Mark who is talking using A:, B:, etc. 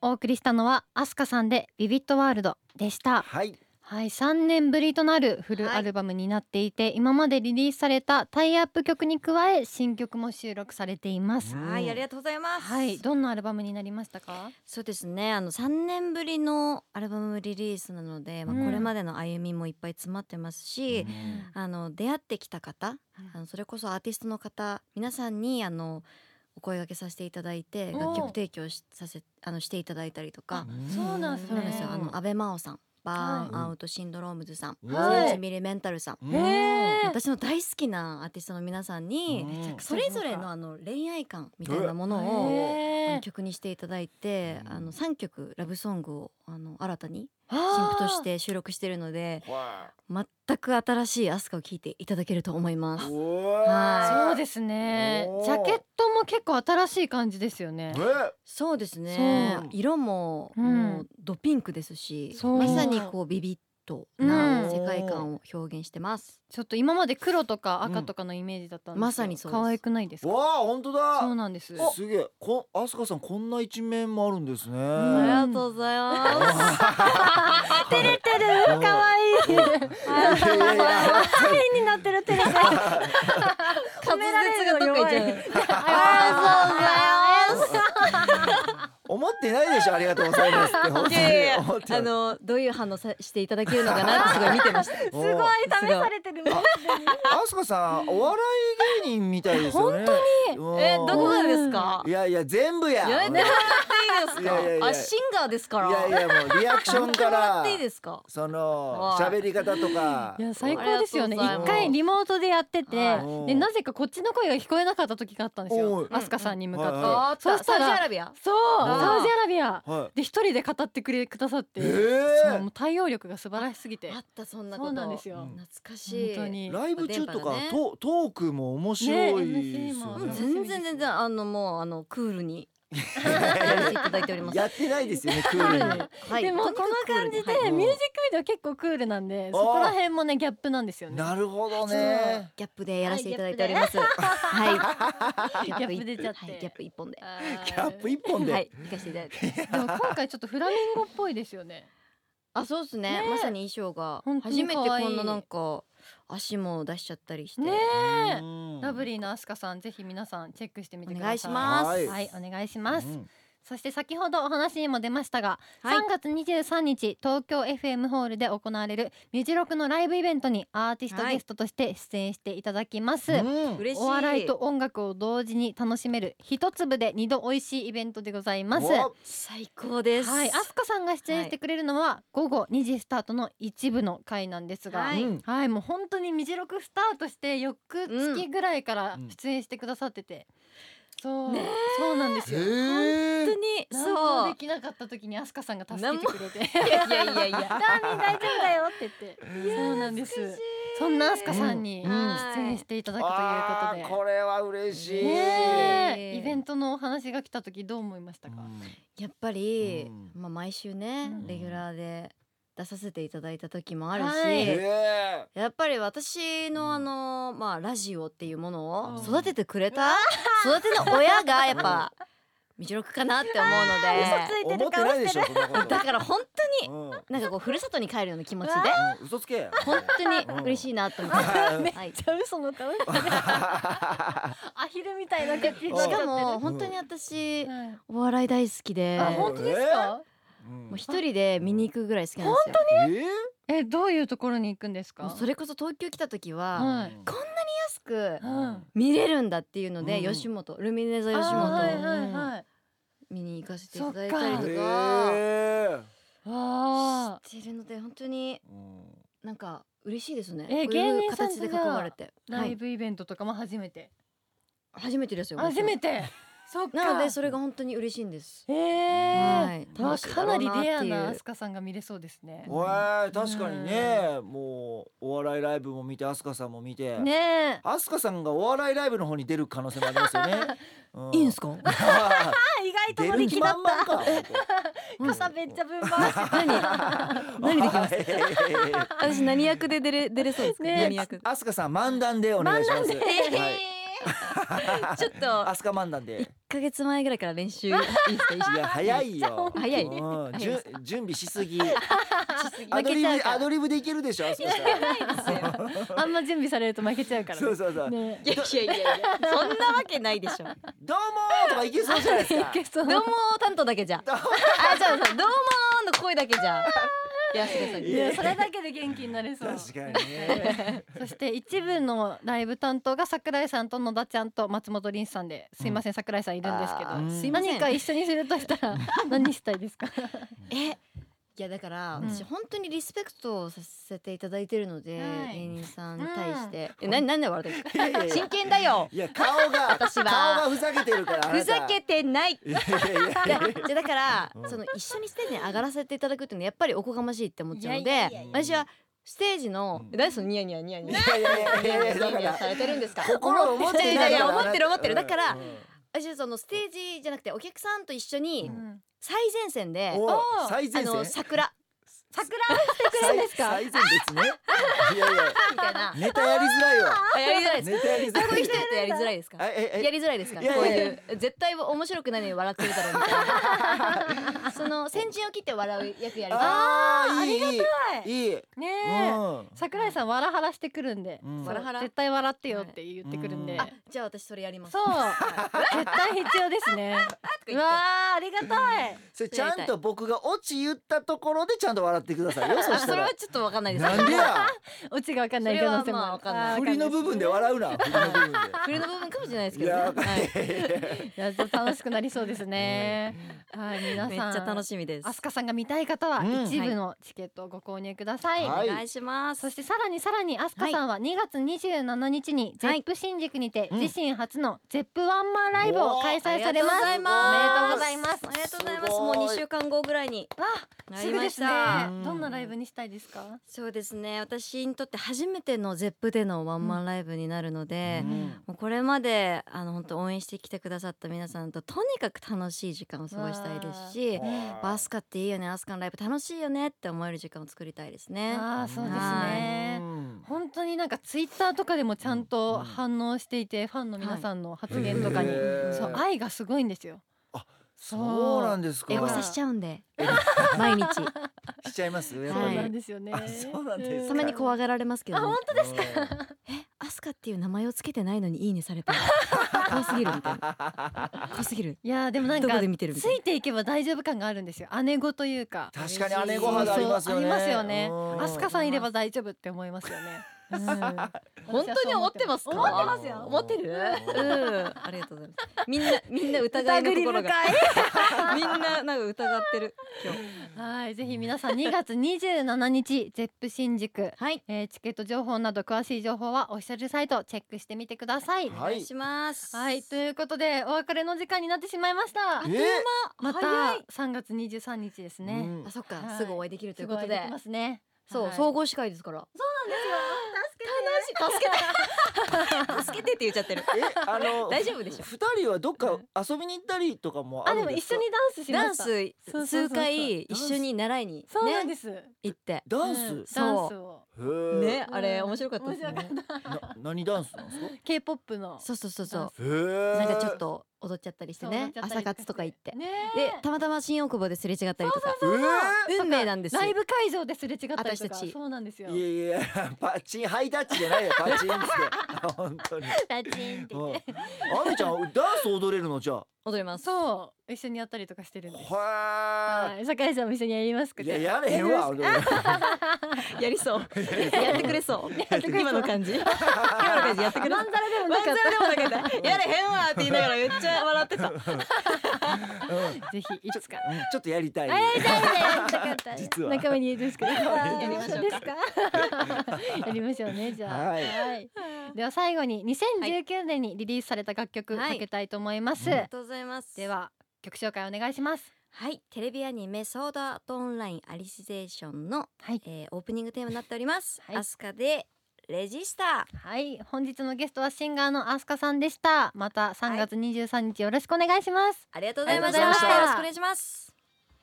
A: お送りしたのはアスカさんでビビットワールドでした
B: はい
A: はい3年ぶりとなるフルアルバムになっていて、今までリリースされたタイアップ曲に加え新曲も収録されています、
B: うん
C: はい、ありがとうございます。
A: はいどんなアルバムになりましたか
C: そうですね。あの三年ぶりのアルバムリリースなので、ま
A: うん
C: あこれまでの歩みもいっぱい詰まってますし、あの出会ってきた方、あのそれこそアーティストの方皆さんにあのお声掛けさせていただいて
A: おー
C: 楽曲提供しさせあのしていただいたりとか、
A: そうなんです
C: そうなんですよ。
A: ね
C: あの安倍真央さん、バー
B: は
C: ン
B: い
C: アウトシンドロームズさん、
A: はい
C: センチミリメンタルさん、
B: うん
A: へー
C: 私の大好きなアーティストの皆さんに
B: うんめちゃくちゃ豪華
C: それぞれのあの恋愛観みたいなものを。あ
A: へ
C: の
A: ー
C: 曲にしていただいて、
B: うん
C: あの3曲ラブソングをあの新たに新
A: あー
C: 譜として収録してるので
B: は
C: 全く新しいアスカを聴いていただけると思いま
B: い
C: す。
A: そう
B: す
A: ですね
B: おー
A: ジャケットも結構新しい感じですよね
C: そうですね
B: そう
C: 色も,、
A: うん
C: もうドピンクですし
A: そう
C: まさにこうビビッとな
A: うん
C: 世界観を表現してます。
A: ちょっと今まで黒とか赤とかのイメージだったんですけど、
C: うんまさにそうです
A: 可愛くないですか
B: わあ本当
A: そう
B: だ
A: なんです
B: おすげえこんアスカさんこんな一面もあるんですね
A: ん
C: ありがとうございます。
B: 照れてるかわ
A: 愛い
B: いやいやいや
A: になってる テレビ
C: 滑舌がどっか行っちゃう。
A: あ
C: ありがとうございます。
B: 思ってないでしょありがとうございますって本当
C: い
B: に
C: やいやいや
B: 思ってない
C: あのどういう反応さしていただけるのかなってすごい見てました。
B: すごい
C: 試さ
A: れてるの
B: アスカさんお笑い芸人みたいですよね本当
C: えどこがですか？
B: いやいや全部や
C: やめてもらっていいですか？
B: いやいやいや
C: あシンガーですから。
B: いやいやもうリアクションか
C: やめてもら
B: ら
C: っていいですか？
B: その
C: はい
B: 喋り方とか
A: いや最高ですよね
C: ありがとう
A: 一
C: ございます
A: 回リモートでやってて
B: はい
A: でなぜかこっちの声が聞こえなかった時があったんです
B: おい
A: よアスカさんに向
B: うん
A: か
B: あ
A: ってそうした
C: サウジア
A: ら
C: ラビア。
A: そう
B: うん
A: サウジアラビア
B: は
A: で一人で語ってくれくださっ
B: い
A: てそう
B: え
A: もう対応力が素晴らしすぎて
C: あったそんなこ
A: そ
C: と。
A: うなんですよ
B: うん
C: 懐かし
A: 本
C: い。
A: 当
B: え
A: に
B: ライブ中とか
C: 電波がね
B: トトークも面白いですよ
C: う
A: ね
C: ん
B: ね
C: 全然全然あのもうあのクールにやらせていただいております。
B: やってないですよねクールに
C: はい
A: でも
C: と
A: こ
C: に
A: の
C: かくクー
A: 感
C: ルに
A: じ
C: はい
A: でミュージックビデオ結構クールなんで
B: ん
A: そこら辺もねギャップなんですよね
B: なるほどね
C: ギャップでやらせていただいております。はい。
A: ギャップ出ちゃって
C: はいギャップ一本で。
A: あー
B: キャップ一本
C: は
B: で
C: い。行かせていただいて。
A: でも今回ちょっとフラミンゴっぽいですよね。
C: あ、そうですね
A: ねえ
C: まさに衣装が
A: 本当
C: 初
A: に
C: めて
A: 可愛い
C: こんななんか足も出しちゃったりして。
A: ねえ
B: うん
A: ラブリーのアスカさんぜひ皆さんチェックしてみてください。
C: お願いします
B: はい
A: はい、お願いします。
B: うん
A: そして先ほどお話にも出ましたが、3月23日東京 FM ホールで行われるミュージロクのライブイベントにアーティスト
C: はい
A: ゲストとして出演していただきます。
B: うん
C: 嬉しい。
A: お笑いと音楽を同時に楽しめる一粒で二度美味しいイベントでございます。
B: お
C: 最高です。
A: はい、アスカさんが出演してくれるのは午後2時スタートの一部の回なんですが、
C: は
A: はい
C: い、
B: うん
A: もう本当にミジロクスタートして翌月ぐらいから出演してくださってて、そう、
C: ねえ
A: そうなんです
B: へ
A: よ。
B: え
C: 本当に
A: 何も
C: そう
A: で。きなかった時にアスカさんが助けてくれて、
C: いやいやいやいや。
A: ダーミン大丈夫だよって言って、そうなんです。そんなアスカさんに
B: うん
A: 出演していただくという
B: あ
A: こ
B: ー
A: とで。
B: これは嬉しい
A: ね
C: え
A: えイベントのお話が来た時どう思いましたか、
C: やっぱり、
B: うん
C: まあ毎週ね
A: うん
C: レギュラーで出させていただいた時もあるし。
A: はい
B: へえ
C: やっぱり私
B: うん
C: のあの、まあラジオっていうもの
B: う
C: を
B: ん
C: 育ててくれた育ての親がやっぱ未録かなって思うので
B: 思ってないでしょそんなこと
C: だから本当に
B: うん
C: なんかこうふるさとに帰るような気持ちで
B: うん嘘つけ
C: 本当に嬉しいなと思って、
B: うん
C: はい、し
A: ちゃ嘘の顔してるアヒルみたいな感じ になっちゃってる
C: かも本当に私
A: はい
C: お笑い大好きで
A: あ
B: えー
A: 本当ですか、
B: うん
C: もう一人で見に行くぐらい好きなんですよ
B: えー
A: えどういうところに行くんですか
C: もうそれこそ東京来た時は、
A: はい
C: こんなに安く
A: うんあ
C: 見れるんだっていうので、
B: うん
C: 吉本ルミネ座
A: ーはい
C: 吉本を
A: はいはい
C: 見に行かせていただいたりと
A: そっ
C: か。
B: え
A: わあ
C: してるので本当になんか嬉しいですね。
A: え
C: こういう
A: 芸人さんと
C: 形で囲まれて、は
A: ライ
C: い、
A: ブイベントとかも初めて、
C: 初めてですよ。
A: 初めてそっか
C: 僕なのでそれが本当に嬉しいんです。
A: え
C: は
A: え
C: い
A: ー、まあ
C: 楽しいだ
A: か
C: ろ
A: な
C: う
A: り
C: って
A: レア
C: いう
A: なアスカさんが見れそうですね
B: おえ確かにねもうお笑いライブも見てアスカさんも見て
A: ねえ
B: アスカさんがお笑いライブの方に出る可能性もありますよねう
C: いいんすか？
B: あ
A: 意
B: ー出る気満々か
A: 傘めっちゃぶん回して
B: 何できます
C: 私何役で出 れ出れそうですか？
A: ね
C: 何役？
B: アスカさん漫談でお願いします
A: 漫談で
B: はい
C: ちょっと
B: アスカ漫談で
C: ヶ月前ぐらいから練習 いいですね
B: いや早いよ
C: 早い
B: うんじゅ準備しすぎア
C: 負
B: ド
C: け
B: リ
C: ちゃう
B: ブ
C: か
B: ア
C: ら
B: ドリブでいけるでしょ飛鳥さ
A: あんま準備されると負けちゃうか
B: ん
A: ら
B: そう
A: ね
B: そうそうどうも
A: ね
C: いやいやいやいやそんなわけない でしょどう
B: ーとかいけそうじゃないですか
A: いけそう
C: も担当だけじゃ
B: どうも
C: あじゃあどうもーの声だけじゃやらせてください
A: いやそれだけで元気になれそう
B: 確かにね
A: そして一部のライブ担当が桜井さんと野田ちゃんと松本凛さんですいません桜井さんいるんですけど
C: あ
B: ーすいま
C: せん
A: 何か一緒にするとしたら何したいですか
C: えいやだから
A: うん
C: 私本当にリスペクトをさせていただいてるので
A: はい
C: 芸人さんに対してえななんで笑ってるんです
B: いやいやい
C: か
B: や
C: 真剣だよ
B: いや顔が
C: 私は
B: 顔がふざけてるからあな
C: ふ
B: た
C: ざけてない
B: いやいやいや
C: いや じゃあだから
B: うん
C: その一緒にステージに上がらせていただくっていうのはやっぱりおこがましいって思っちゃうので
B: やいや
C: 私はステージの
B: うん
C: 何そのニヤニヤニヤ ニヤ
B: いやいやいや
C: ニ
B: いや
C: ヤ
B: い
C: ニ
B: や
C: ヤ
B: だ
C: ニヤ
B: か
C: さ
B: ら
C: れてるんですか
B: 心を持って
C: い
B: な
C: や
B: い
C: い
B: から
C: や思ってる思ってるだから
B: うん
C: 私はそのステージじゃなくてお客さんと一緒
B: う
C: に
B: ん
C: 最前線で
B: お
A: お
B: 最
C: あ
B: 前
C: の
B: 線
C: 桜
A: 桜してくれるんですか
B: 最最前列ねいやいや
C: みたいな
B: ネタやりづらいわ
C: あ やりづらいです
B: ネタやりづ
C: こ
B: らいう
C: いう人やとやりづらいですか
B: えええ
C: やりづらいですか
B: い
C: こ
B: や
C: う
B: いやいや
C: いう絶対面白くないのに笑ってるだろうみたい なその先陣を切って笑う役やるから
B: あーいいいい
A: い
B: いいうん
A: ねえ桜井さんわらはらしてくるんで、
B: うん
A: そう
C: わらはら
A: 絶対笑ってよって言ってくるんで、
B: うん
C: あじゃあ私それやります
A: そう絶対必要ですねうわーありがたい
B: それちゃんと僕がオチ言ったところでちゃんと笑ってくださいよそ
C: あ
B: し
C: そ
B: た
C: れ
B: ら
C: はちょっとわかんないです
B: なんでや
A: オチがわかんない
C: それは
A: 可能性も
C: まあわかんない
A: あー
B: 振りの部分で笑うな振りの部分で
C: 振りの部分かもしれないです
B: い
C: けどね
B: やわかん
C: は
B: ない
C: い
A: いやちょっと楽しくなりそうですね。はい皆さん、
C: めっちゃ楽しみです
A: アスカさんが見たい方は
B: うん
A: 一部のチケットをご購入ください。
B: はい
C: お願いします
A: そしてさらにさらにアスカさんは2月27日にゼ
C: はい
A: ップ新宿にて
B: うん
A: 自身初のゼップワンマンライブを開催されます。
C: あ
A: おめで
C: り
A: とうご
C: がとうご
A: ざ
C: ざ
A: い
C: い
A: ま
C: ますす。ありがとうござい
B: すご
C: ま
B: い
C: すもう2週間後ぐらいに
A: わあ
C: な
A: す
C: り
A: ぐ
C: ま
A: で
C: し
A: すね
C: た。
B: うん
A: どんなライブにしたいですか？
C: そうですね私にとって初めてのゼップでのワンマンライブになるので、
B: うん
C: もうこれまであの本当応援してきてくださった皆さんととにかく楽しい時間を過ごしたいですしアスカっていいよねアスカのライブ楽しいよねって思える時間を作りたいですね
A: ああそうです
B: う
A: ね。
B: ん
A: 本当になんかツイッターとかでもちゃんと反応していてファンの皆さんの発言とかに、
B: へー
A: そう愛がすごいんですよ。
B: そうなんですか
C: エゴ
A: さ
C: サ
A: せ
C: しちゃうんで
B: え
C: 毎 日
B: しちゃいますやっ
A: そう
B: ぱ
A: なん
B: り
A: ですよね
B: あ。そうなんですか
C: たまに怖がられますけど、ね、
B: 当ですか
C: えアスカっていう名前をつけてないのにいいねされ た怖すぎるみたいな怖すぎる
A: いやーでもなん
C: ど
A: か
C: こ
A: つ
C: で見てるみたい
A: いていけば大丈夫感があるんですよ姉子というか
B: 確かに姉御肌ありますよ
A: そうそ
B: ね
A: うありますよね
B: うん
A: アスカさんいれば大丈夫って思いますよね、うん
C: 本当に思ってますか
A: 思ってますよ
C: 思ってる
B: う
C: うんんありがとうございますみんなみんな疑いのところが みんななんか疑ってる今 日
A: はいぜひ皆さん2月27日ゼップ新宿、
C: はい
A: えーチケット情報など詳しい情報はオフィシャルサイトをチェックしてみてください
B: は
C: お願いします
A: はいということでお別れの時間になってしまいました
B: え
A: また
C: 早い
A: 3月23日です
B: う
A: ね、
B: ん
C: あそっか、
A: はい
C: すぐお会いできるとい
A: す
C: う
A: ご
C: こ
A: い
C: と
A: で
C: で
A: きますね
C: そう、
A: はい
C: 総合司会ですからそうなん ですよ助けて助けて助けてって言っちゃってる
B: えあの
C: 大丈夫でしょ
B: 二人はどっか遊びに行ったりとかもあ
A: あ
B: る
A: で
B: ん
A: も
B: で
A: 一
B: す
A: 緒
B: か
A: にダンスし
C: ダ
A: ま
C: ン
A: した
C: ス
A: そうそうそう
C: 数
A: そう
C: 回一緒に習いに
A: そうなん
C: ね
A: です、
C: 行って
B: ダン
A: うん
B: ス
A: ダンスを
B: へえ
C: ねあれ面白かったです
A: 面
C: ね
A: 白かっ
B: な何ダンスなんですか
A: K-POP の
C: そうそうそう
A: ダン
C: そ
A: ス
B: へえ
C: うなんかちょっと踊っちゃったりしてね
A: そう踊っちゃった
C: 朝
A: りとかして
C: 活とか行って
A: ね
C: でたまたま新大久保ですれ違ったりとか
B: え
C: 運命なんですよ
A: ライブ会場ですれ違ったり
C: 私
A: と
C: た
A: か
C: ち
A: そうなんですよ
B: ーいやいやいやパチンハイタッチじゃない よパチンって本当に
A: パチンって
B: う
A: 言っ
B: ん
A: て
B: あめちゃんダンス踊れるのじゃあ
C: 踊ります
A: そう一緒にやったりとかしてるんです
B: は
A: はい酒井さんも一緒にやります
B: ー
A: か
B: いややれへんわ俺
C: やりそう やってくれそう
A: ってくれそう
C: 今の感じ今の感じやってくれそ
A: ま
C: う
A: んざらでも
C: ワ
A: な
C: ン
A: か
C: ザ
A: っ
C: ラでもなか ったやれへんわって言いながらめっちゃ笑って た
B: うん
A: たぜひいつか
B: うんちょっとやりたい
A: あやりたいねやりたかった
B: 実は
A: 中身にですけどや
C: りましょうか
A: ですか やりましょうねじゃあ
B: はい
A: いでは最後に2019年にリリースされた楽曲
C: はい
A: かけたいと思います
B: うん
C: ありがとうございます
A: では曲紹介お願いします
C: はいテレビアニメソードアートオンラインアリシゼーションの、
A: はい
C: えーオープニングテーマになっております、
A: はい
C: アスカでレジスタ
A: はい本日のゲストはシンガーのアスカさんでしたまた3月23日よろしくお願いします、
C: ありがとうございました
A: ありがとうございました
C: よろしくお願いします